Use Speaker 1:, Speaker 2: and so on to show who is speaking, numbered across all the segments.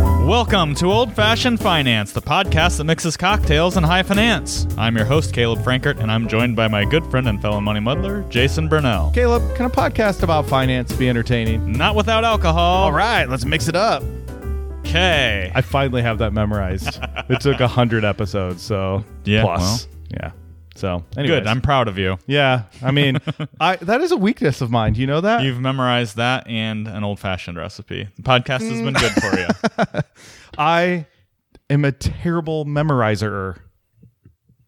Speaker 1: Welcome to Old Fashioned Finance, the podcast that mixes cocktails and high finance. I'm your host, Caleb Frankert, and I'm joined by my good friend and fellow money muddler, Jason Burnell.
Speaker 2: Caleb, can a podcast about finance be entertaining?
Speaker 1: Not without alcohol.
Speaker 2: All right, let's mix it up.
Speaker 1: Okay.
Speaker 2: I finally have that memorized. it took a hundred episodes, so
Speaker 1: Yeah,
Speaker 2: plus, yeah. So, anyways.
Speaker 1: Good. I'm proud of you.
Speaker 2: yeah. I mean, I that is a weakness of mine. Do you know that?
Speaker 1: You've memorized that and an old fashioned recipe. The podcast has been good for you.
Speaker 2: I am a terrible memorizer.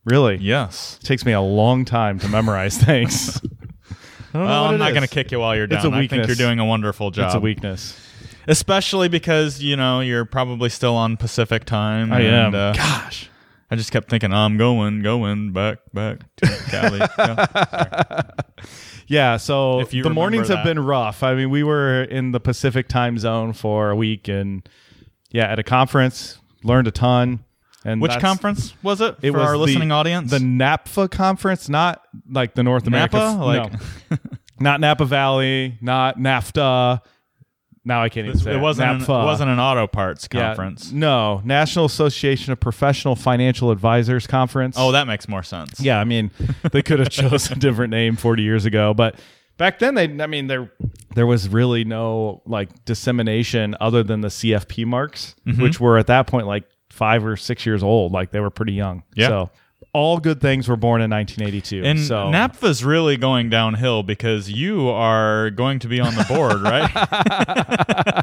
Speaker 2: Really,
Speaker 1: Yes.
Speaker 2: it takes me a long time to memorize things. I don't know
Speaker 1: Well,
Speaker 2: what
Speaker 1: I'm
Speaker 2: it
Speaker 1: not
Speaker 2: is.
Speaker 1: going to kick you while you're down.
Speaker 2: It's a
Speaker 1: I think
Speaker 2: weakness.
Speaker 1: you're doing a wonderful job.
Speaker 2: It's a weakness.
Speaker 1: Especially because, you know, you're probably still on Pacific time.
Speaker 2: I am.
Speaker 1: and, uh,
Speaker 2: Gosh.
Speaker 1: I just kept thinking, I'm going, going back, back to Cali. Yeah.
Speaker 2: Yeah, so
Speaker 1: If you
Speaker 2: the
Speaker 1: remember
Speaker 2: mornings have
Speaker 1: that.
Speaker 2: been rough. I mean, we were in the Pacific time zone for a week and yeah, at a conference, learned a ton. And
Speaker 1: Which
Speaker 2: that's
Speaker 1: conference was it,
Speaker 2: It
Speaker 1: for
Speaker 2: was
Speaker 1: our
Speaker 2: the-
Speaker 1: listening audience?
Speaker 2: The NAPFA conference, not like the North America.
Speaker 1: Napa?
Speaker 2: no.
Speaker 1: Like-
Speaker 2: not Napa Valley, not NAFTA. Now I can't even say
Speaker 1: it wasn't an,
Speaker 2: NAPFA.
Speaker 1: it wasn't an auto parts
Speaker 2: Yeah,
Speaker 1: conference.
Speaker 2: no, National Association of Professional Financial Advisors Conference.
Speaker 1: Oh, that makes more sense.
Speaker 2: Yeah, I mean, they could have chose a different name 40 years ago, but back then they I mean there there was really no like dissemination other than the CFP marks,
Speaker 1: Mm-hmm.
Speaker 2: which were at that point like 5 or 6 years old, like they were pretty young.
Speaker 1: Yeah.
Speaker 2: So all good things were born in 1982.
Speaker 1: And
Speaker 2: so
Speaker 1: NAPFA's really going downhill because you are going to be on the board,
Speaker 2: Oh,
Speaker 1: right?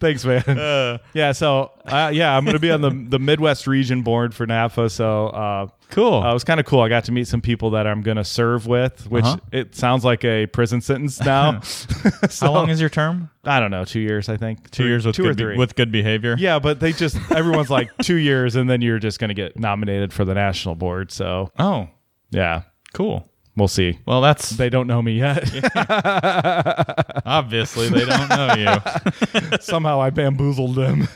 Speaker 2: thanks man.
Speaker 1: Uh,
Speaker 2: yeah, so uh, yeah, I'm going to be on the the Midwest region board for NAFA, so uh
Speaker 1: cool.
Speaker 2: Uh, it was kind of cool. I got to meet some people that I'm going to serve with, which
Speaker 1: Uh-huh.
Speaker 2: it sounds like a prison sentence now. so,
Speaker 1: How long is your term?
Speaker 2: I don't know, two years, I think.
Speaker 1: Two years with
Speaker 2: two
Speaker 1: good
Speaker 2: or
Speaker 1: be-
Speaker 2: three.
Speaker 1: with good behavior.
Speaker 2: yeah, but they just everyone's like two years, and then you're just going to get nominated for the national board. So
Speaker 1: Oh,
Speaker 2: yeah,
Speaker 1: cool.
Speaker 2: we'll see.
Speaker 1: Well, that's
Speaker 2: They don't know me yet.
Speaker 1: obviously they don't know you.
Speaker 2: Somehow I bamboozled them.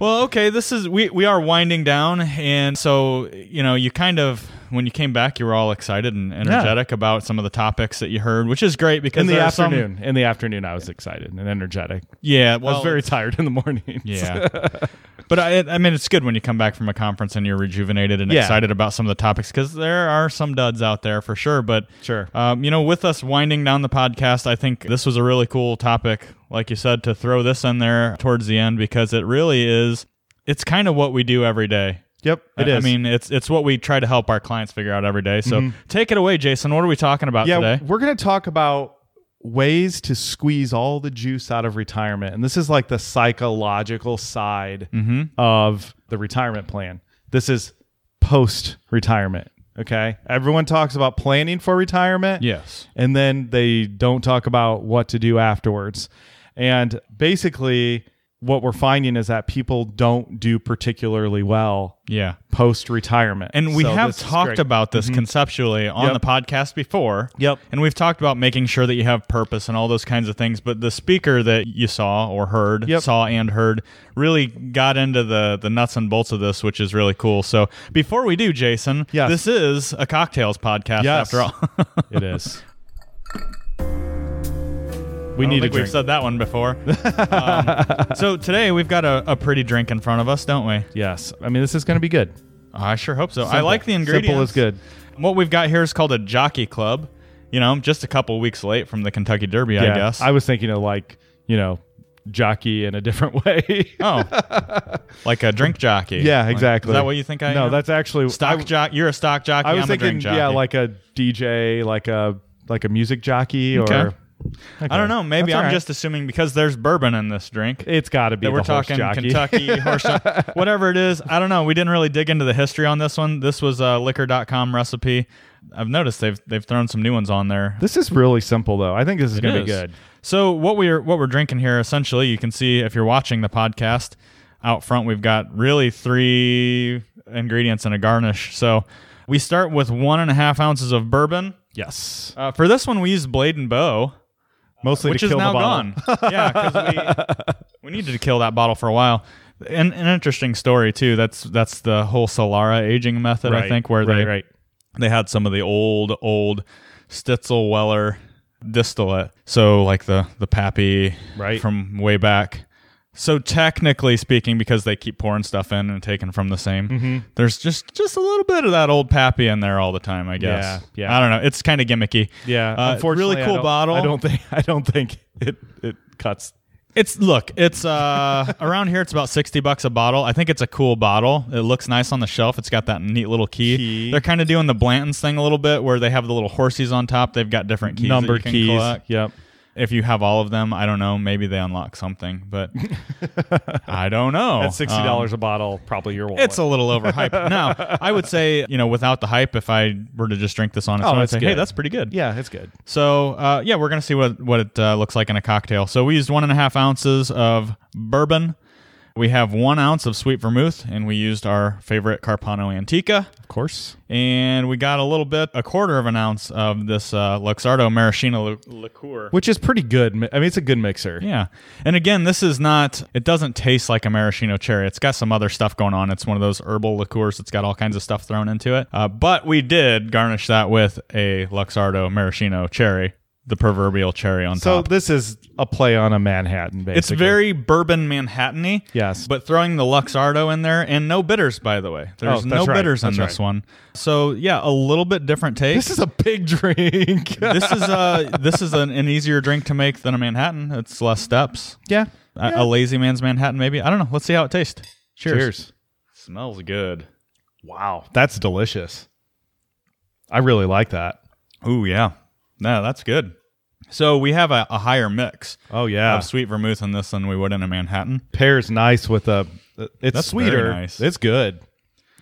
Speaker 1: well, okay, this is we we are winding down, and so you know you kind of when you came back, you were all excited and energetic about some of the topics that you heard, which is great because
Speaker 2: in the
Speaker 1: there are some-
Speaker 2: afternoon. In the afternoon, I was excited and energetic.
Speaker 1: yeah, well,
Speaker 2: I was very tired in the morning.
Speaker 1: yeah. But I, I mean, it's good when you come back from a conference and you're rejuvenated and
Speaker 2: Yeah.
Speaker 1: excited about some of the topics because there are some duds out there for sure. But
Speaker 2: Sure.
Speaker 1: um, you know, with us winding down the podcast, I think this was a really cool topic, like you said, to throw this in there towards the end because it really is. It's kind of what we do every day.
Speaker 2: Yep, it
Speaker 1: I-
Speaker 2: is. Mm-hmm.
Speaker 1: I mean, it's it's what we try to help our clients figure out every day. So take it away, Jason. What are we talking about
Speaker 2: yeah,
Speaker 1: today?
Speaker 2: we're going to talk about ways to squeeze all the juice out of retirement. And this is like the psychological side
Speaker 1: Mm-hmm.
Speaker 2: of the retirement plan. This is post retirement. Okay. Everyone talks about planning for retirement.
Speaker 1: Yes.
Speaker 2: And then they don't talk about what to do afterwards. And basically, what we're finding is that people don't do particularly well
Speaker 1: Yeah.
Speaker 2: post retirement.
Speaker 1: And we have talked about this conceptually on
Speaker 2: Mm-hmm. Yep.
Speaker 1: the podcast before.
Speaker 2: Yep.
Speaker 1: And we've talked about making sure that you have purpose and all those kinds of things. But the speaker that you saw or heard,
Speaker 2: Yep.
Speaker 1: saw and heard, really got into the, the nuts and bolts of this, which is really cool. So before we do, Jason,
Speaker 2: Yes.
Speaker 1: this is a cocktails podcast
Speaker 2: Yes.
Speaker 1: after all.
Speaker 2: It is. We
Speaker 1: I don't
Speaker 2: need a
Speaker 1: think we've
Speaker 2: drink.
Speaker 1: said that one before. Um, so today we've got a, a pretty drink in front of us, don't we? Oh,
Speaker 2: yes. I mean, this is going to be good.
Speaker 1: I sure hope so. I
Speaker 2: Simple.
Speaker 1: like the ingredients.
Speaker 2: Simple is good.
Speaker 1: What we've got here is called a Jockey Club. You know, just a couple weeks late from the Kentucky Derby, I guess.
Speaker 2: I was thinking of like, you know, jockey in a different way.
Speaker 1: oh, like a drink jockey.
Speaker 2: yeah,
Speaker 1: Like,
Speaker 2: exactly.
Speaker 1: is that what you think I
Speaker 2: No,
Speaker 1: am?
Speaker 2: that's actually
Speaker 1: stock
Speaker 2: I,
Speaker 1: jock. You're a stock jockey.
Speaker 2: I was
Speaker 1: am a
Speaker 2: thinking,
Speaker 1: drink jockey.
Speaker 2: yeah, like a DJ, like a like a music jockey, or
Speaker 1: Okay. I
Speaker 2: Okay.
Speaker 1: don't know. Maybe
Speaker 2: That's all
Speaker 1: I'm
Speaker 2: right.
Speaker 1: just assuming because there's bourbon in this drink.
Speaker 2: It's got to be.
Speaker 1: that
Speaker 2: the
Speaker 1: we're
Speaker 2: horse
Speaker 1: talking
Speaker 2: jockey.
Speaker 1: Kentucky horse, whatever it is. I don't know. We didn't really dig into the history on this one. This was a liquor.com recipe. I've noticed they've they've thrown some new ones on there.
Speaker 2: This is really simple though. I think this is going to be
Speaker 1: It is.
Speaker 2: good.
Speaker 1: So what we're what we're drinking here, essentially, you can see if you're watching the podcast out front, we've got really three ingredients and a garnish. So we start with one and a half ounces of bourbon.
Speaker 2: Yes.
Speaker 1: Uh, for this one, we used Blade and Bow,
Speaker 2: Mostly
Speaker 1: which
Speaker 2: to
Speaker 1: is
Speaker 2: kill
Speaker 1: now
Speaker 2: the bottle.
Speaker 1: gone. yeah, because we we needed to kill that bottle for a while. And an interesting story too. That's that's the whole Solara aging method, I
Speaker 2: Right,
Speaker 1: think, where they
Speaker 2: right, right.
Speaker 1: they had some of the old old Stitzel Weller distillate. So like the the Pappy
Speaker 2: Right.
Speaker 1: from way back. So technically speaking, because they keep pouring stuff in and taking from the same,
Speaker 2: Mm-hmm.
Speaker 1: there's just just a little bit of that old pappy in there all the time. I guess.
Speaker 2: Yeah, yeah.
Speaker 1: I don't know. It's kind of gimmicky.
Speaker 2: Yeah,
Speaker 1: Uh,
Speaker 2: unfortunately,
Speaker 1: really
Speaker 2: I
Speaker 1: cool
Speaker 2: don't-
Speaker 1: bottle.
Speaker 2: I don't think I don't think it it cuts.
Speaker 1: It's look, it's uh around here it's about 60 bucks a bottle. I think it's a cool bottle. It looks nice on the shelf. It's got that neat little key.
Speaker 2: Key.
Speaker 1: They're kind of doing the Blanton's thing a little bit where they have the little horsies on top. They've got different keys that
Speaker 2: Number
Speaker 1: you can
Speaker 2: keys.
Speaker 1: collect.
Speaker 2: Yep.
Speaker 1: If you have all of them, I don't know, maybe they unlock something, but I don't know.
Speaker 2: At sixty
Speaker 1: Um,
Speaker 2: dollars a bottle, probably your wallet.
Speaker 1: it's a little overhyped. now, I would say, you know, without the hype, if I were to just drink this on its
Speaker 2: Oh,
Speaker 1: own, I'd
Speaker 2: it's
Speaker 1: say, hey,
Speaker 2: good.
Speaker 1: that's pretty good.
Speaker 2: yeah, it's good.
Speaker 1: So uh, yeah, we're gonna see what what it uh, looks like in a cocktail. So we used one and a half ounces of bourbon. We have one ounce of sweet vermouth, and we used our favorite Carpano Antica.
Speaker 2: Of course.
Speaker 1: And we got a little bit, a quarter of an ounce of this uh, Luxardo Maraschino li- liqueur.
Speaker 2: Which is pretty good. Mi- I mean, it's a good mixer.
Speaker 1: Yeah. And again, this is not, it doesn't taste like a maraschino cherry. It's got some other stuff going on. It's one of those herbal liqueurs that's got all kinds of stuff thrown into it. Uh, but we did garnish that with a Luxardo maraschino cherry, the proverbial cherry on
Speaker 2: So
Speaker 1: top.
Speaker 2: this is a play on a Manhattan. Basically,
Speaker 1: It's very bourbon Manhattan y.
Speaker 2: yes.
Speaker 1: But throwing the Luxardo in there and no bitters, by the way. There's
Speaker 2: Oh,
Speaker 1: no
Speaker 2: that's right.
Speaker 1: bitters in
Speaker 2: That's
Speaker 1: this
Speaker 2: right.
Speaker 1: one. So yeah, a little bit different taste.
Speaker 2: this is a big drink.
Speaker 1: this is a this is an, an easier drink to make than a Manhattan. It's less steps.
Speaker 2: yeah.
Speaker 1: A-
Speaker 2: Yeah.
Speaker 1: A, lazy man's Manhattan, maybe. I don't know. Let's see how it tastes. Cheers.
Speaker 2: Cheers.
Speaker 1: Smells good.
Speaker 2: Wow, that's delicious. I really like that.
Speaker 1: Ooh yeah. No, that's good. So we have a, a higher mix
Speaker 2: Oh yeah,
Speaker 1: of sweet vermouth in this than we would in a Manhattan.
Speaker 2: pairs nice with a. It's
Speaker 1: That's very
Speaker 2: sweeter.
Speaker 1: nice.
Speaker 2: It's good.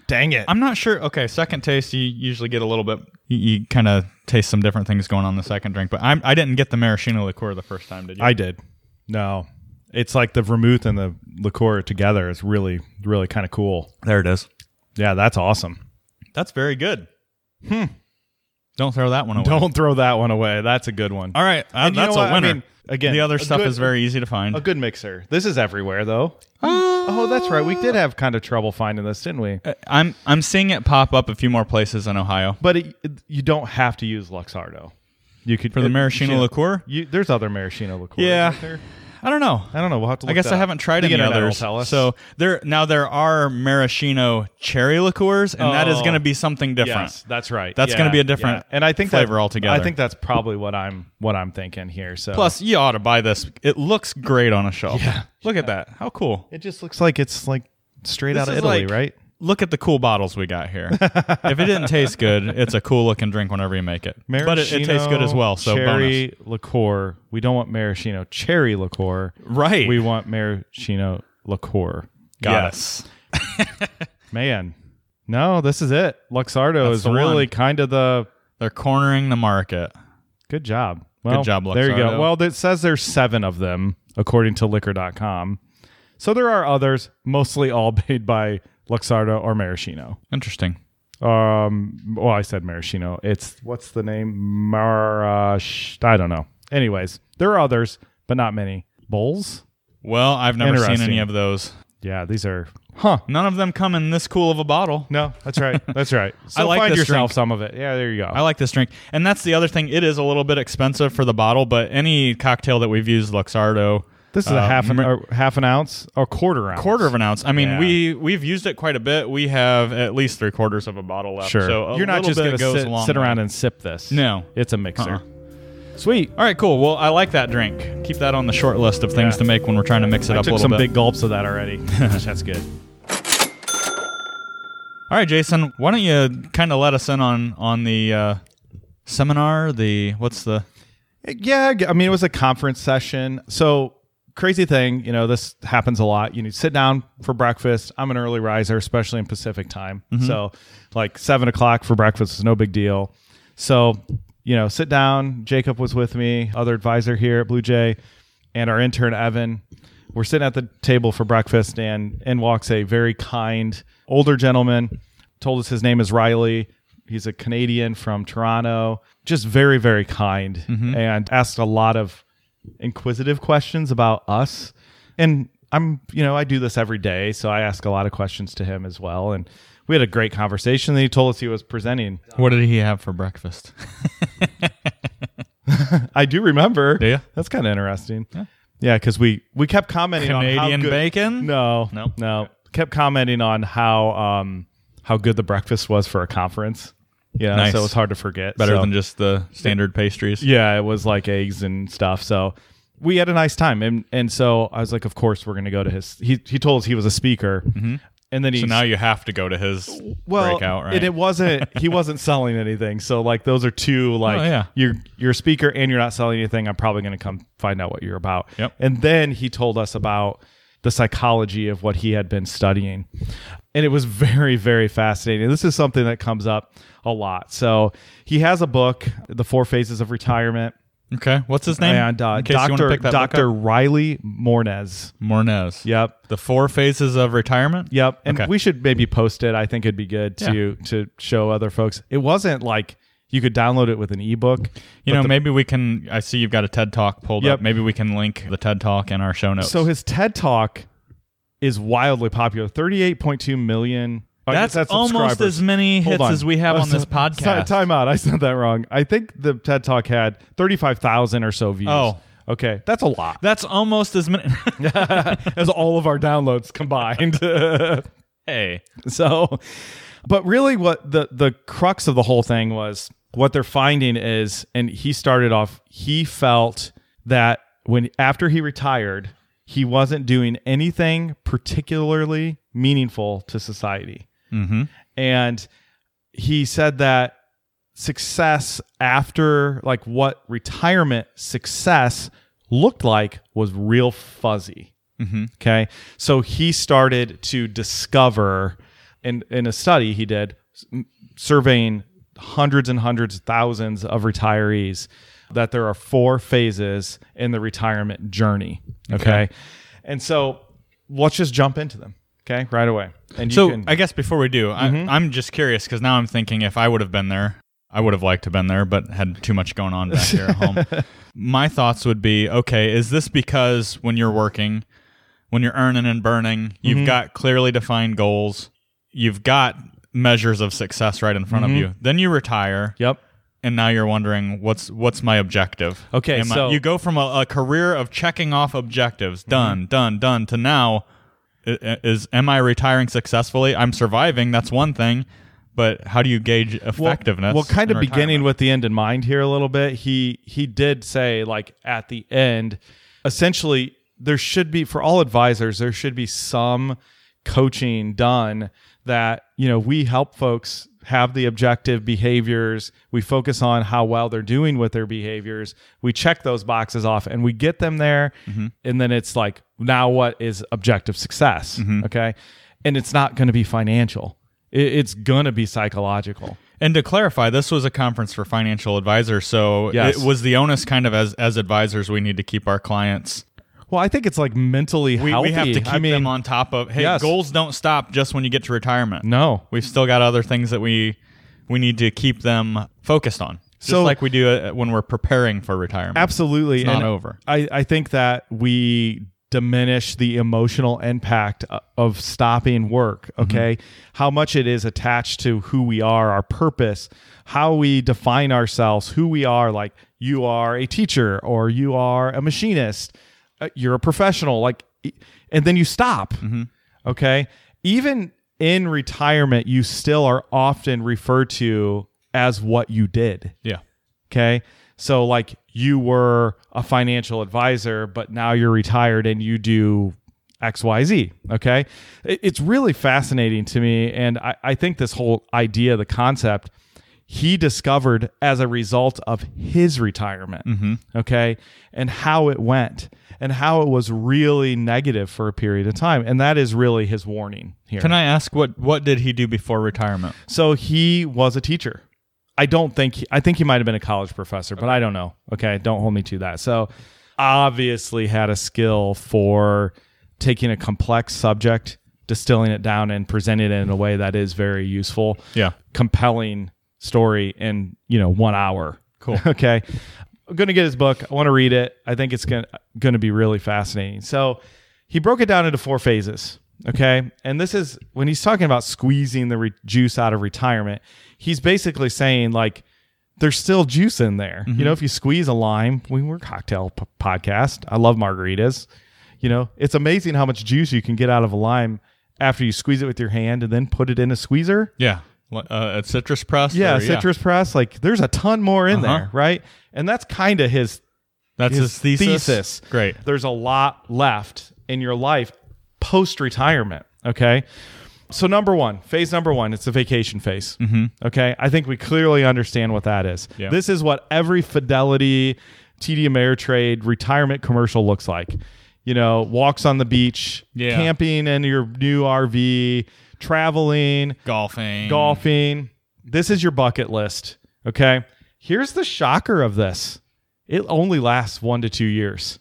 Speaker 2: Dang it!
Speaker 1: I'm not sure. Okay, second taste, you usually get a little bit. You, you kind of taste some different things going on the second drink, but I'm, I didn't get the maraschino liqueur the first time. Did you?
Speaker 2: I did. No, it's like the vermouth and the liqueur together. It's really, really kind of cool.
Speaker 1: there it is.
Speaker 2: Yeah, that's awesome.
Speaker 1: That's very good. Hmm. Don't throw that one away.
Speaker 2: Don't throw that one away. That's a good one.
Speaker 1: All right, uh,
Speaker 2: And you
Speaker 1: that's
Speaker 2: know
Speaker 1: a
Speaker 2: what? I
Speaker 1: winner.
Speaker 2: mean, again,
Speaker 1: the other
Speaker 2: a
Speaker 1: stuff
Speaker 2: good-
Speaker 1: is very easy to find.
Speaker 2: A good mixer. This is everywhere though. Oh, that's right. We
Speaker 1: Ah.
Speaker 2: did have kind of trouble finding this, didn't we?
Speaker 1: Uh, I'm I'm seeing it pop up a few more places in Ohio
Speaker 2: But it, it- you don't have to use Luxardo. You could
Speaker 1: for the maraschino liqueur.
Speaker 2: You, there's other maraschino liqueurs.
Speaker 1: Yeah.
Speaker 2: out there.
Speaker 1: I don't know.
Speaker 2: I don't know. We'll have to. Look
Speaker 1: I guess
Speaker 2: that
Speaker 1: I
Speaker 2: up.
Speaker 1: haven't tried
Speaker 2: The
Speaker 1: any
Speaker 2: internet will
Speaker 1: others.
Speaker 2: tell us.
Speaker 1: So there now there are maraschino cherry liqueurs, and that is
Speaker 2: Oh.
Speaker 1: going to be something different.
Speaker 2: Yes, that's right.
Speaker 1: That's gonna be a different
Speaker 2: and I think
Speaker 1: flavor
Speaker 2: that,
Speaker 1: altogether.
Speaker 2: I think that's probably what I'm what I'm thinking here. So
Speaker 1: Plus, you ought to buy this. It looks great on a shelf. Yeah. Look at that. How cool.
Speaker 2: it just looks like it's like straight out of
Speaker 1: is
Speaker 2: Italy,
Speaker 1: like-
Speaker 2: right?
Speaker 1: Look at the cool bottles we got here. if it didn't taste good, it's a cool looking drink whenever you make it. but it, it tastes good as well. So
Speaker 2: cherry liqueur. We don't want maraschino cherry liqueur.
Speaker 1: bonus. Right.
Speaker 2: We want maraschino liqueur. Got
Speaker 1: yes.
Speaker 2: it, man. No, this is it. Luxardo is
Speaker 1: the
Speaker 2: really
Speaker 1: one.
Speaker 2: kind of the
Speaker 1: They're cornering the market.
Speaker 2: Good job. Well,
Speaker 1: job,
Speaker 2: There you
Speaker 1: Luxardo.
Speaker 2: go. Well, it says there's seven of them, according to liquor.com. So there are others, mostly all made by Luxardo or Maraschino.
Speaker 1: Interesting.
Speaker 2: Um, well, I said Maraschino. It's what's the name? Marash. I don't know. Anyways, there are others, but not many. Bowls?
Speaker 1: Well, I've never seen any
Speaker 2: Interesting.
Speaker 1: of those.
Speaker 2: Yeah, these are. Huh.
Speaker 1: None of them come in this cool of a bottle.
Speaker 2: No, that's right. That's right. So
Speaker 1: I like
Speaker 2: find
Speaker 1: this
Speaker 2: yourself
Speaker 1: drink.
Speaker 2: some of it. Yeah, there you go.
Speaker 1: I like this drink. And that's the other thing. It is a little bit expensive for the bottle, but any cocktail that we've used, Luxardo,
Speaker 2: this is
Speaker 1: Uh,
Speaker 2: a half an
Speaker 1: mar-
Speaker 2: or half an ounce or quarter ounce.
Speaker 1: quarter of an ounce. I mean,
Speaker 2: Yeah.
Speaker 1: we we've used it quite a bit. We have at least three quarters of a bottle left.
Speaker 2: Sure.
Speaker 1: So a
Speaker 2: You're not
Speaker 1: little
Speaker 2: just
Speaker 1: bit
Speaker 2: going
Speaker 1: goes a
Speaker 2: to
Speaker 1: long
Speaker 2: sit
Speaker 1: way.
Speaker 2: around and sip this.
Speaker 1: No.
Speaker 2: It's a mixer.
Speaker 1: Uh-uh.
Speaker 2: Sweet.
Speaker 1: All right, cool. Well, I like that drink. Keep that on the short list of things
Speaker 2: Yeah.
Speaker 1: to make when we're trying to mix it
Speaker 2: I
Speaker 1: up a
Speaker 2: took
Speaker 1: little
Speaker 2: some
Speaker 1: bit.
Speaker 2: big gulps of that already. Gosh, that's good.
Speaker 1: All right, Jason, why don't you kind of let us in on on the uh, seminar? The what's the
Speaker 2: Yeah, I mean, it was a conference session. So, crazy thing, you know, this happens a lot. You need to sit down for breakfast. I'm an early riser, especially in Pacific time. So, like seven o'clock for breakfast is no big deal. So, you know, sit down. Jacob was with me, other advisor here at Blue Jay, and our intern, Evan. We're sitting at the table for breakfast, and in walks a very kind older gentleman. Told us his name is Riley. He's a Canadian from Toronto, just very, very kind
Speaker 1: Mm-hmm.
Speaker 2: and asked a lot of inquisitive questions about us. And I'm, you know, I do this every day. So I ask a lot of questions to him as well. And we had a great conversation. Then he told us he was presenting.
Speaker 1: what did he have for breakfast?
Speaker 2: I do remember.
Speaker 1: Do ya?
Speaker 2: That's kind of interesting. Yeah, because we we kept commenting on how
Speaker 1: Canadian
Speaker 2: good,
Speaker 1: bacon?
Speaker 2: No,
Speaker 1: No?
Speaker 2: no. Kept commenting on how um how good the breakfast was for a conference. Yeah,
Speaker 1: Nice.
Speaker 2: so it was hard to forget.
Speaker 1: Better
Speaker 2: So-
Speaker 1: than just the standard pastries.
Speaker 2: yeah, it was like eggs and stuff. So we had a nice time, and and so I was like, of course we're gonna go to his. He he told us he was a speaker, and then he
Speaker 1: Mm-hmm. So now you have to go to his
Speaker 2: well,
Speaker 1: breakout, right?
Speaker 2: and it wasn't he wasn't selling anything. So like those are two like
Speaker 1: Oh, yeah.
Speaker 2: you're you're a speaker and you're not selling anything. I'm probably going to come find out what you're about.
Speaker 1: Yep.
Speaker 2: And then he told us about the psychology of what he had been studying. And it was very very fascinating. This is something that comes up a lot. So he has a book, The Four Phases of Retirement,
Speaker 1: okay. What's his name?
Speaker 2: and uh,
Speaker 1: In case you want to
Speaker 2: Dr.
Speaker 1: pick that book up.
Speaker 2: Dr. Riley Mornez.
Speaker 1: Mornez.
Speaker 2: Yep.
Speaker 1: The four phases of retirement.
Speaker 2: Yep. And
Speaker 1: Okay.
Speaker 2: we should maybe post it. I think it'd be good to to show other folks. It wasn't like you could download it with an ebook.
Speaker 1: You know, maybe we can. I see you've got a TED Talk pulled
Speaker 2: Yep.
Speaker 1: up. Maybe we can link the TED Talk in our show notes.
Speaker 2: So his TED Talk is wildly popular. 38.2 million. I guess
Speaker 1: that's, almost
Speaker 2: subscribers.
Speaker 1: as many
Speaker 2: Hold
Speaker 1: hits
Speaker 2: on.
Speaker 1: as we have
Speaker 2: Uh,
Speaker 1: on
Speaker 2: so-
Speaker 1: this podcast.
Speaker 2: ti- Time out. I said that wrong. I think the TED Talk had 35,000 or so views.
Speaker 1: Oh.
Speaker 2: Okay. That's a lot.
Speaker 1: That's almost as many.
Speaker 2: As all of our downloads combined.
Speaker 1: hey,
Speaker 2: So, but really, what the the crux of the whole thing was what they're finding is, and he started off. He felt that when after he retired, he wasn't doing anything particularly meaningful to society,
Speaker 1: mm-hmm.
Speaker 2: and he said that success after like what retirement success looked like was real fuzzy.
Speaker 1: Mm-hmm.
Speaker 2: Okay. So he started to discover in, in a study he did s- m- surveying hundreds and hundreds, thousands of retirees that there are four phases in the retirement journey. Okay. And so let's just jump into them. Okay. Right away. And you
Speaker 1: So
Speaker 2: can, Mm-hmm.
Speaker 1: I guess before we do, I, I'm just curious because now I'm thinking if I would have been there, I would have liked to have been there, but had too much going on back here at home. My thoughts would be, okay, is this because when you're working, when you're earning and burning, you've
Speaker 2: Mm-hmm.
Speaker 1: got clearly defined goals, you've got measures of success right in front
Speaker 2: Mm-hmm.
Speaker 1: of you. Then you retire,
Speaker 2: yep.
Speaker 1: and now you're wondering what's what's my objective?
Speaker 2: Okay,
Speaker 1: Am I-
Speaker 2: so-
Speaker 1: you go from a, a career of checking off objectives, done, done, done, to now i- i- is am I retiring successfully? I'm surviving. That's one thing, but how do you gauge effectiveness?
Speaker 2: Well, kind
Speaker 1: in
Speaker 2: of beginning
Speaker 1: retirement?
Speaker 2: with the end in mind here a little bit. He he did say like at the end, essentially there should be for all advisors there should be some coaching done that you know we help folks have the objective behaviors we focus on how well they're doing with their behaviors we check those boxes off and we get them there
Speaker 1: Mm-hmm.
Speaker 2: and then it's like now what is objective success
Speaker 1: Mm-hmm.
Speaker 2: okay and it's not going to be financial It- it's going to be psychological
Speaker 1: And to clarify, this was a conference for financial advisors, so
Speaker 2: Yes.
Speaker 1: it was the onus kind of as as advisors we need to keep our clients.
Speaker 2: Well, I think it's like mentally
Speaker 1: We,
Speaker 2: healthy.
Speaker 1: we have to keep
Speaker 2: I mean,
Speaker 1: them on top of. Hey,
Speaker 2: Yes.
Speaker 1: goals don't stop just when you get to retirement.
Speaker 2: No.
Speaker 1: We've still got other things that we we need to keep them focused on, just
Speaker 2: So-
Speaker 1: like we do uh, when we're preparing for retirement.
Speaker 2: Absolutely.
Speaker 1: It's not
Speaker 2: And
Speaker 1: over.
Speaker 2: I, I think that we diminish the emotional impact o- of stopping work,
Speaker 1: Mm-hmm.
Speaker 2: okay? How much it is attached to who we are, our purpose, how we define ourselves, who we are like you are a teacher or you are a machinist, uh, you're a professional like e- and then you stop.
Speaker 1: Mm-hmm.
Speaker 2: Okay? Even in retirement, you still are often referred to as what you did.
Speaker 1: Yeah.
Speaker 2: Okay. So, like, you were a financial advisor, but now you're retired and you do XYZ. Okay. It- It's really fascinating to me. And I, I think this whole idea, the concept, he discovered as a result of his retirement. Okay. And how it went and how it was really negative for a period of time. And that is really his warning here.
Speaker 1: Can I ask what what did he do before retirement?
Speaker 2: So he was a teacher. I don't think he, I think he might have been a college professor, but I don't know. Okay, don't hold me to that. So obviously had a skill for taking a complex subject, distilling it down and presenting it in a way that is very useful.
Speaker 1: Yeah.
Speaker 2: Compelling story in, you know, 1 hour.
Speaker 1: Cool.
Speaker 2: okay. I'm going to get his book. I want to read it. I think it's going to be really fascinating. So he broke it down into four phases. Okay. And this is when he's talking about squeezing the re- juice out of retirement, he's basically saying, like, there's still juice in there. You know, if you squeeze a lime, we were cocktail p- podcast. I love margaritas. You know, it's amazing how much juice you can get out of a lime after you squeeze it with your hand and then put it in a squeezer.
Speaker 1: Yeah. Li- Uh, a citrus press.
Speaker 2: Yeah,
Speaker 1: or-
Speaker 2: citrus press. Like, there's a ton more in
Speaker 1: Uh-huh.
Speaker 2: there, right? And that's kind of his
Speaker 1: That's his,
Speaker 2: his
Speaker 1: thesis.
Speaker 2: thesis.
Speaker 1: Great.
Speaker 2: there's a lot left in your life post retirement. Okay. So, number one, phase number one, it's the vacation phase. Mm-hmm. Okay. I think we clearly understand what that is.
Speaker 1: Yeah.
Speaker 2: This is what every Fidelity, TD Ameritrade retirement commercial looks like. You know, walks on the beach,
Speaker 1: Yeah.
Speaker 2: camping in your new RV, traveling,
Speaker 1: Golfing.
Speaker 2: golfing. This is your bucket list. Okay. Here's the shocker of this it only lasts one to two years.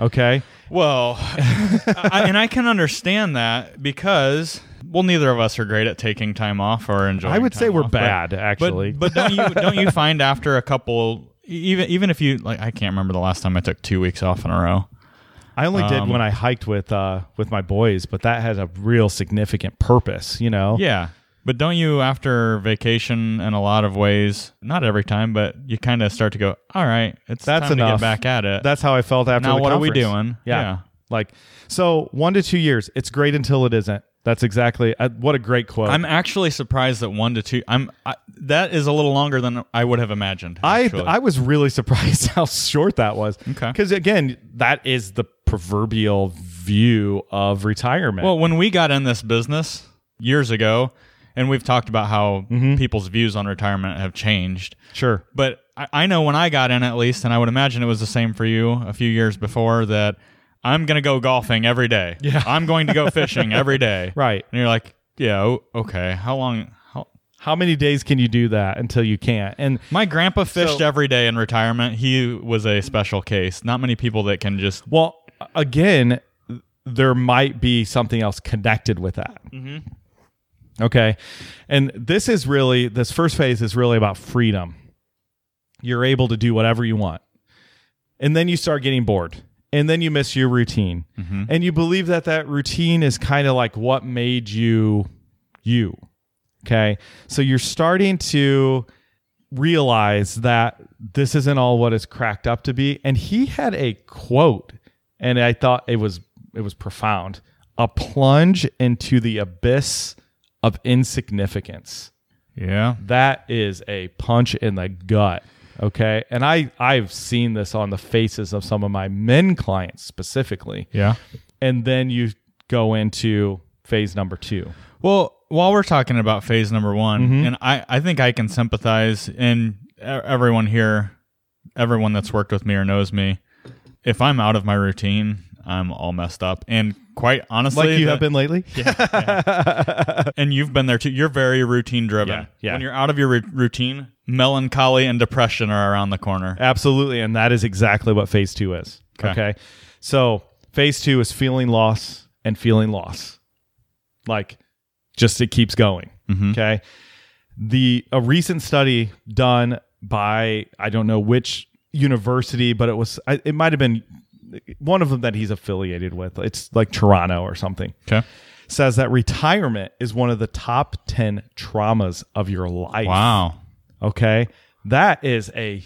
Speaker 2: Okay.
Speaker 1: Well, I, and I can understand that because well, neither of us are great at taking time off or enjoying.
Speaker 2: I would
Speaker 1: time
Speaker 2: say we're
Speaker 1: off, but-
Speaker 2: bad,
Speaker 1: But
Speaker 2: actually.
Speaker 1: but don't you don't you find after a couple e-, even even if you like I can't remember the last time I took two weeks off in a row.
Speaker 2: I only
Speaker 1: Um,
Speaker 2: did when I hiked with uh, with my boys, but that has a real significant purpose, you know?
Speaker 1: Yeah. But don't you, after vacation, in a lot of ways, not every time, but you kind of start to go, all right, it's
Speaker 2: That's
Speaker 1: time to get
Speaker 2: enough.
Speaker 1: back at it.
Speaker 2: That's how I felt after
Speaker 1: Now
Speaker 2: the
Speaker 1: what are we
Speaker 2: conference.
Speaker 1: doing?
Speaker 2: Yeah.
Speaker 1: Yeah.
Speaker 2: Like, so one to two years, it's great until it isn't. That's exactly uh, what a great quote.
Speaker 1: I'm actually surprised that one to two. I'm I, that is a little longer than I would have imagined.
Speaker 2: I
Speaker 1: actually.
Speaker 2: I was really surprised how short that was.
Speaker 1: Okay.
Speaker 2: Because again, that is the proverbial view of retirement.
Speaker 1: Well, when we got in this business years ago, and we've talked about how
Speaker 2: Mm-hmm.
Speaker 1: people's views on retirement have changed,
Speaker 2: sure.
Speaker 1: but I, I know when I got in, at least, and I would imagine it was the same for you a few years before, that I'm going to go golfing every day. Yeah. I'm going to go fishing every day.
Speaker 2: Right.
Speaker 1: And you're like, yeah, o- okay. How long? How?
Speaker 2: How many days can you do that until you can't? And
Speaker 1: My grandpa fished
Speaker 2: So-
Speaker 1: every day in retirement. He was a special case. Not many people that can just.
Speaker 2: well, again, there might be something else connected with that. Okay. And this is really this first phase is really about freedom. You're able to do whatever you want. And then you start getting bored. And then you miss your routine. And you believe that that routine is kind of like what made you you. Okay. So you're starting to realize that this isn't all what it's cracked up to be. And he had a quote, and I thought it was it was profound. A plunge into the abyss of insignificance.
Speaker 1: Yeah.
Speaker 2: That is a punch in the gut. Okay. And I, I've seen this on the faces of some of my men clients specifically.
Speaker 1: Yeah.
Speaker 2: And then you go into phase number two.
Speaker 1: Well, while we're talking about phase number one,
Speaker 2: Mm-hmm.
Speaker 1: and I, I think I can sympathize, and e- everyone here, everyone that's worked with me or knows me, if I'm out of my routine, I'm all messed up. And quite honestly,
Speaker 2: Like you
Speaker 1: the-
Speaker 2: have been lately.
Speaker 1: and you've been there too. You're very routine driven.
Speaker 2: Yeah, yeah.
Speaker 1: When you're out of your ru- routine, melancholy and depression are around the corner.
Speaker 2: Absolutely. And that is exactly what phase two is.
Speaker 1: Okay.
Speaker 2: Okay. So phase two is feeling loss and feeling loss. Like just it keeps going. Okay. The a recent study done by I don't know which university, but it was I- it might have been one of them that he's affiliated with. It's like Toronto or something.
Speaker 1: Okay.
Speaker 2: Says that retirement is one of the top 10 traumas of your life.
Speaker 1: Wow.
Speaker 2: Okay. That is a,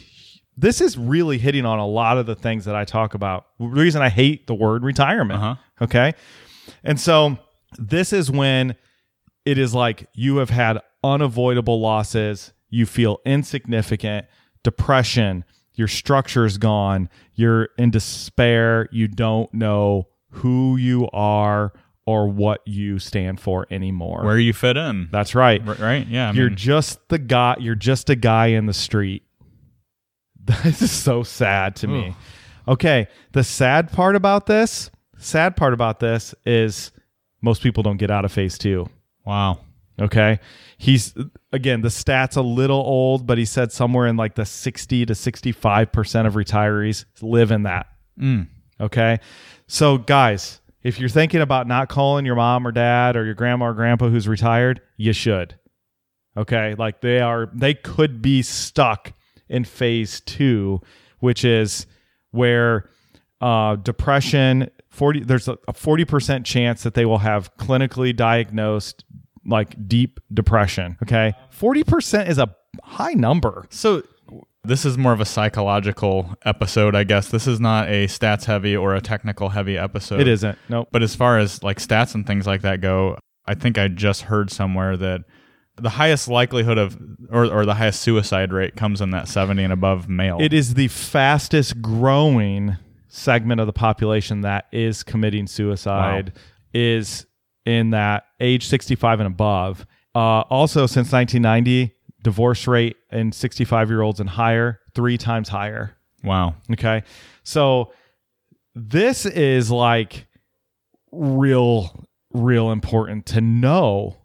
Speaker 2: this is really hitting on a lot of the things that I talk about. The reason I hate the word retirement.
Speaker 1: Uh-huh.
Speaker 2: Okay. And so this is when it is like you have had unavoidable losses, you feel insignificant, depression, your structure is gone, you're in despair, you don't know who you are or what you stand for anymore.
Speaker 1: Where you fit in?
Speaker 2: That's right
Speaker 1: R- right? Yeah. I
Speaker 2: you're
Speaker 1: mean,
Speaker 2: just the guy you're just a guy in the street this is so sad to me okay the sad part about this sad part about this is most people don't get out of phase two
Speaker 1: wow.
Speaker 2: okay he's again the stats a little old but he said somewhere in like the 60 to 65 percent of retirees live in that
Speaker 1: Mm.
Speaker 2: Okay. So, guys, if you're thinking about not calling your mom or dad or your grandma or grandpa who's retired, you should. Okay. Like they are, they could be stuck in phase two, which is where uh, depression, 40, there's a a 40% chance that they will have clinically diagnosed like deep depression. Okay. 40% is a high number.
Speaker 1: So this is more of a psychological episode, I guess. This is not a stats heavy or a technical heavy episode.
Speaker 2: It isn't. Nope.
Speaker 1: But as far as like stats and things like that go, I think I just heard somewhere that the highest likelihood of or, or the highest suicide rate comes in that 70 and above male.
Speaker 2: It is the fastest growing segment of the population that is committing suicide is in that age 65 and above. Uh, also, since 1990, divorce rate in 65 year olds and higher three times higher.
Speaker 1: Wow.
Speaker 2: Okay. So this is like real, real important to know.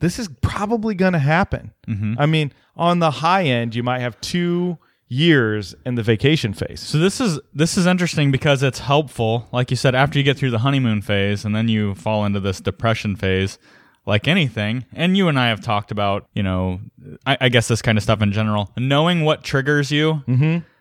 Speaker 2: This is probably going to happen.
Speaker 1: Mhm.
Speaker 2: I mean, on the high end, you might have two years in the vacation phase.
Speaker 1: So this is this is interesting because it's helpful. Like you said, after you get through the honeymoon phase and then you fall into this depression phase, like anything. And you and I have talked about, you know, I, I guess this kind of stuff in general. Knowing what triggers you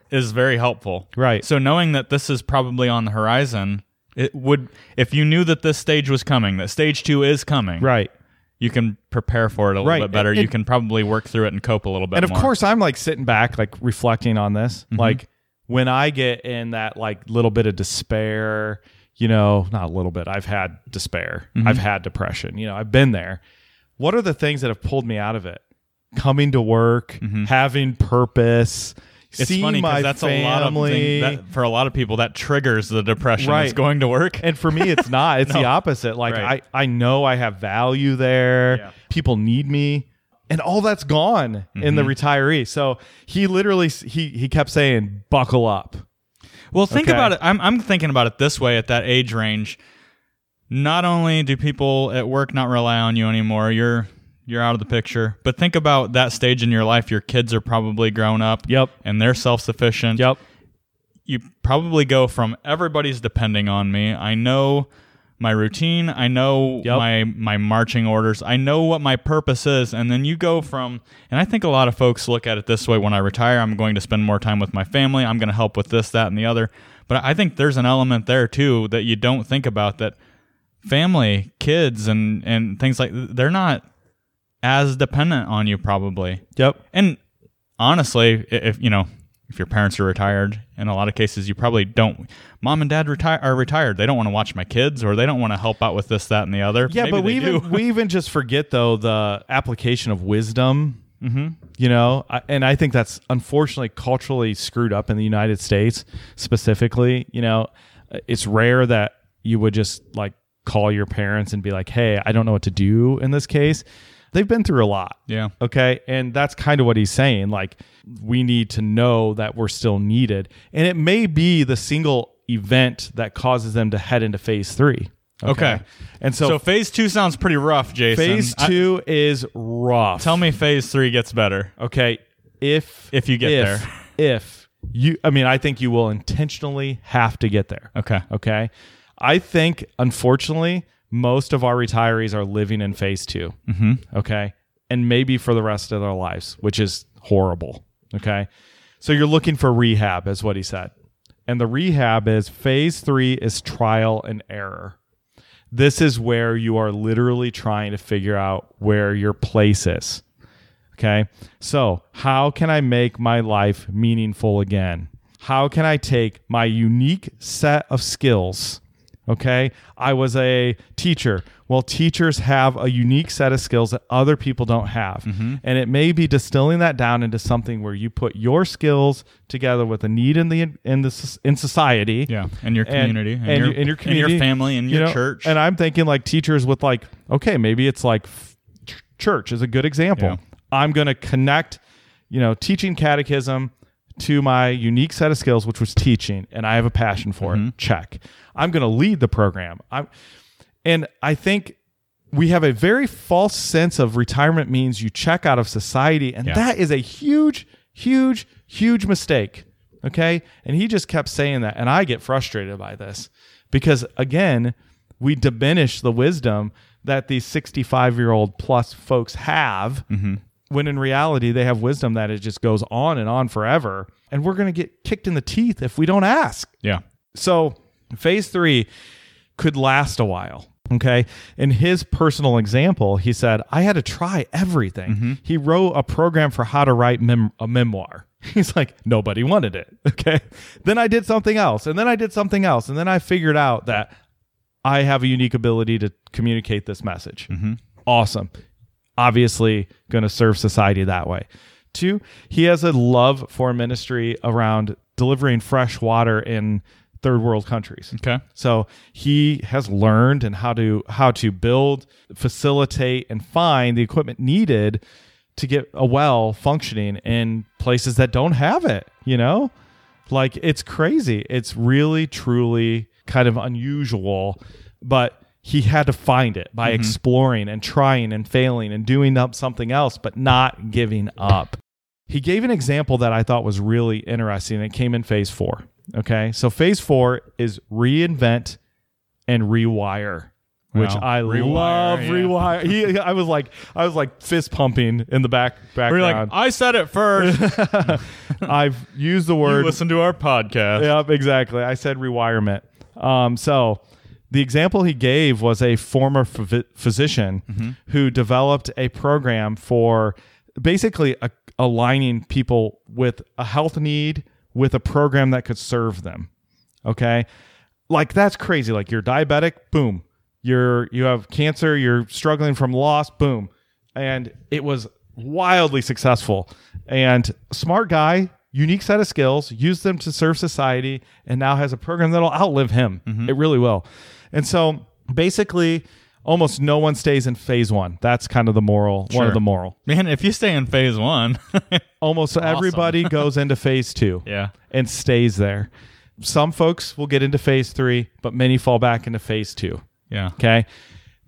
Speaker 1: is very helpful.
Speaker 2: Mm-hmm. Right.
Speaker 1: So knowing that this is probably on the horizon, it would if you knew that this stage was coming, that stage two is coming,
Speaker 2: Right.
Speaker 1: You can prepare for it a little
Speaker 2: Right.
Speaker 1: bit better.
Speaker 2: And-
Speaker 1: you can probably work through it and cope a little bit.
Speaker 2: and of
Speaker 1: more.
Speaker 2: course i'm like sitting back like reflecting on this like when i get in that like little bit of despair you know not a little bit i've had despair i've had depression you know i've been there what are the things that have pulled me out of it coming to work having purpose
Speaker 1: It's
Speaker 2: seeing
Speaker 1: funny
Speaker 2: my
Speaker 1: because that's
Speaker 2: family
Speaker 1: a lot of thing, that, for a lot of people that triggers the depression. It's
Speaker 2: Right.
Speaker 1: going to work.
Speaker 2: and for me it's not it's the opposite like
Speaker 1: Right.
Speaker 2: I, I know i have value there
Speaker 1: Yeah.
Speaker 2: people need me and all that's gone in the retiree so he literally s- he he kept saying buckle up
Speaker 1: well, think
Speaker 2: Okay.
Speaker 1: about it. I'm I'm thinking about it this way at that age range. Not only do people at work not rely on you anymore, you're you're out of the picture. But think about that stage in your life. Your kids are probably grown up.
Speaker 2: Yep.
Speaker 1: And they're self sufficient. you probably go from everybody's depending on me. I know my routine. I know
Speaker 2: Yep.
Speaker 1: my my marching orders. I know what my purpose is. And then you go from and I think a lot of folks look at it this way when I retire, I'm going to spend more time with my family. I'm going to help with this, that and the other. But I think there's an element there too that you don't think about that family, kids and and things like they're not as dependent on you probably.
Speaker 2: yep
Speaker 1: And honestly, i- if you know, if your parents are retired, in a lot of cases, you probably don't. Mom and dad retire are retired. They don't want to watch my kids, or they don't want to help out with this, that, and the other.
Speaker 2: yeah
Speaker 1: Maybe
Speaker 2: but we
Speaker 1: they do.
Speaker 2: even we even just forget though the application of wisdom mm-hmm. you know I, and i think that's unfortunately culturally screwed up in the united states specifically you know it's rare that you would just like call your parents and be like hey i don't know what to do in this case they've been through a lot
Speaker 1: yeah.
Speaker 2: Okay. And that's kind of what he's saying. Like, we need to know that we're still needed. And it may be the single event that causes them to head into phase three.
Speaker 1: Okay.
Speaker 2: And so,
Speaker 1: So, phase two sounds pretty rough, Jason.
Speaker 2: phase
Speaker 1: I-
Speaker 2: two is rough.
Speaker 1: tell me, phase three gets better.
Speaker 2: Okay. If,
Speaker 1: If you get
Speaker 2: if- if you, I mean, I think you will intentionally have to get there.
Speaker 1: Okay.
Speaker 2: Okay. I think, unfortunately, most of our retirees are living in phase 2 Mm-hmm. Okay. And maybe for the rest of their lives, which is horrible. Okay. So you're looking for rehab, is what he said. And the rehab is phase three is trial and error. This is where you are literally trying to figure out where your place is. Okay. So, how can I make my life meaningful again? How can I take my unique set of skills? Okay. I was a teacher. Well, teachers have a unique set of skills that other people don't have. And it may be distilling that down into something where you put your skills together with a need in the in the s- in society
Speaker 1: Yeah. In your
Speaker 2: and-
Speaker 1: community,
Speaker 2: and,
Speaker 1: in your,
Speaker 2: you- in your community,
Speaker 1: in your family, in
Speaker 2: you
Speaker 1: your
Speaker 2: know,
Speaker 1: church.
Speaker 2: And I'm thinking like teachers with like, okay, maybe it's like f- ch- church is a good example.
Speaker 1: Yeah.
Speaker 2: I'm going to connect, you know, teaching catechism to my unique set of skills, which was teaching, and I have a passion for
Speaker 1: Mm-hmm.
Speaker 2: it. Check. I'm going to lead the program. I'm, and I think we have a very false sense of retirement means you check out of society. And
Speaker 1: Yeah.
Speaker 2: that is a huge, huge, huge mistake. Okay. And he just kept saying that. And I get frustrated by this because, again, we diminish the wisdom that these 65 year old plus folks have when in reality they have wisdom that it just goes on and on forever. And we're going to get kicked in the teeth if we don't ask.
Speaker 1: yeah.
Speaker 2: So phase three could last a while. Okay. In his personal example, he said, I had to try everything. He wrote a program for how to write mem- a memoir. He's like, nobody wanted it. Okay. Then I did something else. And then I did something else. And then I figured out that I have a unique ability to communicate this message. Awesome. Obviously, going to serve society that way. Two, he has a love for ministry around delivering fresh water in third world countries.
Speaker 1: Okay.
Speaker 2: So he has learned and how to how to build, facilitate, and find the equipment needed to get a well functioning in places that don't have it. You know, like it's crazy. It's really truly kind of unusual, but he had to find it by exploring and trying and failing and doing up something else, but not giving up he gave an example that I thought was really interesting. It came in phase four. Okay. So phase four is reinvent and rewire. Which
Speaker 1: Wow.
Speaker 2: I
Speaker 1: Rewire,
Speaker 2: love
Speaker 1: yeah.
Speaker 2: rewire. He, I was like, I was like fist pumping in the back
Speaker 1: We're like, "Uh-huh."
Speaker 2: background.
Speaker 1: I said it first.
Speaker 2: I've used the word
Speaker 1: Listen to our podcast.
Speaker 2: Yep, exactly. I said rewirement. Um, so the example he gave was a former ph- physician who developed a program for basically a- aligning people with a health need with a program that could serve them. Okay. Like that's crazy. Like you're diabetic, boom. You're you have cancer, you're struggling from loss, boom. And it was wildly successful. And smart guy, unique set of skills, used them to serve society and now has a program that'll outlive him. It really will. And so basically almost no one stays in phase 1. That's kind of the moral, one
Speaker 1: Sure.
Speaker 2: of the moral.
Speaker 1: Man, if you stay in phase one,
Speaker 2: Almost everybody goes into phase 2
Speaker 1: yeah.
Speaker 2: and stays there. Some folks will get into phase three, but many fall back into phase two.
Speaker 1: Yeah.
Speaker 2: Okay.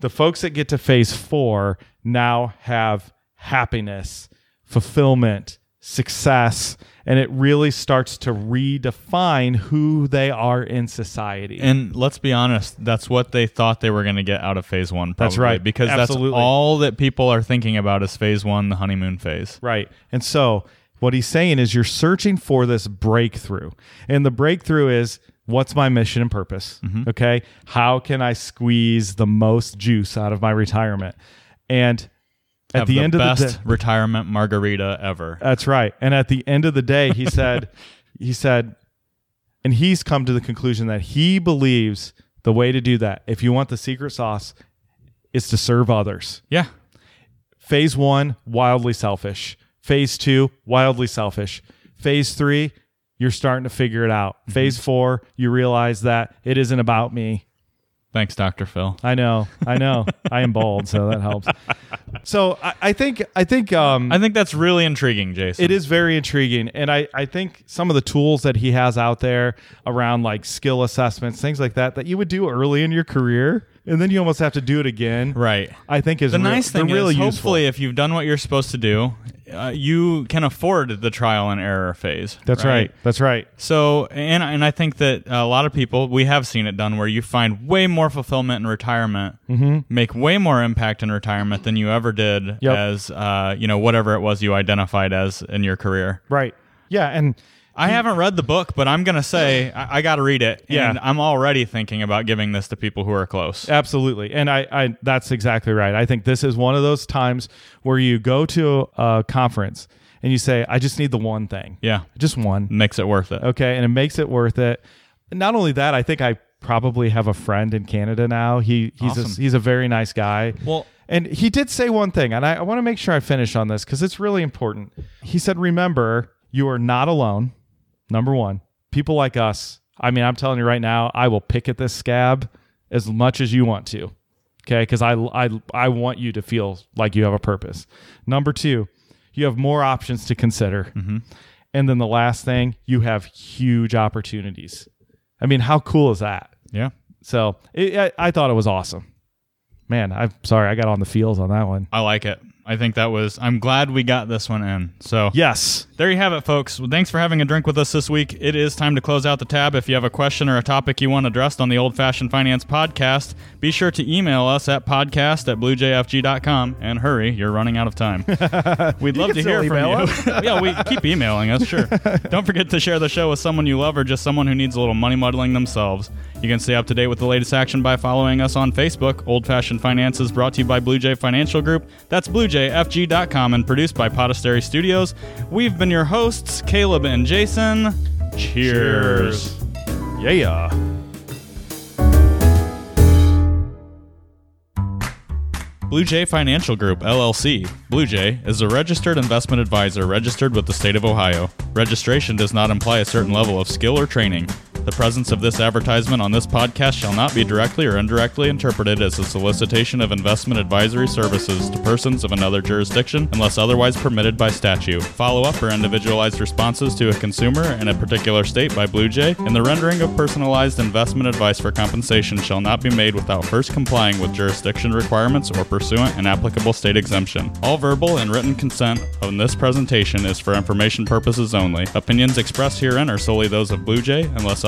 Speaker 2: The folks that get to phase four now have happiness, fulfillment, success, and it really starts to redefine who they are in society.
Speaker 1: And let's be honest, that's what they thought they were going to get out of phase one. Probably,
Speaker 2: That's right.
Speaker 1: Because
Speaker 2: Absolutely.
Speaker 1: that's all that people are thinking about is phase one, the honeymoon phase.
Speaker 2: Right. And so what he's saying is you're searching for this breakthrough. And the breakthrough is what's my mission and purpose? Okay. How can I squeeze the most juice out of my retirement? And at
Speaker 1: Have
Speaker 2: the, end
Speaker 1: best
Speaker 2: of the day, Uh,
Speaker 1: retirement margarita ever.
Speaker 2: that's right. And at the end of the day, he said, he said, and he's come to the conclusion that he believes the way to do that, if you want the secret sauce, is to serve others.
Speaker 1: yeah.
Speaker 2: Phase one, wildly selfish. Phase two, wildly selfish. Phase three, you're starting to figure it out.
Speaker 1: Mm-hmm.
Speaker 2: Phase four, you realize that it isn't about me.
Speaker 1: Thanks, Dr. Phil.
Speaker 2: I know, I know. I am bald, so that helps. So I, I think I think um,
Speaker 1: I think that's really intriguing, Jason.
Speaker 2: it is very intriguing, and I I think some of the tools that he has out there around like skill assessments, things like that, that you would do early in your career, and then you almost have to do it again.
Speaker 1: Right.
Speaker 2: I think is
Speaker 1: The nice thing is,
Speaker 2: really useful.
Speaker 1: hopefully, if you've done what you're supposed to do, uh, you can afford the trial and error phase.
Speaker 2: That's right. That's right.
Speaker 1: So, and and I think that a lot of people we have seen it done where you find way more fulfillment in retirement, make way more impact in retirement than you ever did
Speaker 2: Mm-hmm. Yep.
Speaker 1: as uh, you know whatever it was you identified as in your career.
Speaker 2: Right. Yeah, and
Speaker 1: I haven't read the book, but I'm gonna say I, I got to read it.
Speaker 2: Yeah.
Speaker 1: and I'm already thinking about giving this to people who are close.
Speaker 2: Absolutely. And I, I that's exactly right. I think this is one of those times where you go to a conference and you say, I just need the one thing.
Speaker 1: Yeah,
Speaker 2: Just one.
Speaker 1: makes it worth it.
Speaker 2: Okay. And it makes it worth it. Not only that, I think I probably have a friend in Canada now. He he's a,
Speaker 1: Awesome.
Speaker 2: he's a very nice guy.
Speaker 1: Well-
Speaker 2: and he did say one thing, and I, I want to make sure I finish on this because it's really important. He said, Remember, you are not alone. Number one, people like us. I mean, I'm telling you right now, I will pick at this scab as much as you want to. Okay. Because I, I, I want you to feel like you have a purpose. Number two, you have more options to consider. And then the last thing, you have huge opportunities. I mean, how cool is that?
Speaker 1: Yeah,
Speaker 2: So it, I, I thought it was awesome. Man, I'm sorry. I got on the feels on that one.
Speaker 1: I like it. I think that was. I'm glad we got this one in. So
Speaker 2: Yes.
Speaker 1: there you have it, folks. Well, thanks for having a drink with us this week. It is time to close out the tab. If you have a question or a topic you want addressed on the Old Fashioned Finance Podcast, be sure to email us at podcast at bluejfg.com. And hurry, you're running out of time. We'd love to
Speaker 2: can
Speaker 1: hear
Speaker 2: still
Speaker 1: from
Speaker 2: email
Speaker 1: you.
Speaker 2: us.
Speaker 1: yeah, we keep emailing us, sure. Don't forget to share the show with someone you love or just someone who needs a little money muddling themselves. You can stay up to date with the latest action by following us on Facebook. Old Fashioned Finance is brought to you by Blue Jay Financial Group. That's bluejfg.com and produced by Podastery Studios. We've been your hosts, Caleb and Jason. Cheers.
Speaker 2: Yeah.
Speaker 1: Blue Jay Financial Group, LLC. Blue Jay is a registered investment advisor registered with the state of Ohio. Registration does not imply a certain level of skill or training. The presence of this advertisement on this podcast shall not be directly or indirectly interpreted as a solicitation of investment advisory services to persons of another jurisdiction unless otherwise permitted by statute. Follow up or individualized responses to a consumer in a particular state by Blue Jay and the rendering of personalized investment advice for compensation shall not be made without first complying with jurisdiction requirements or pursuant an applicable state exemption. All verbal and written consent on this presentation is for information purposes only. Opinions expressed herein are solely those of Blue Jay unless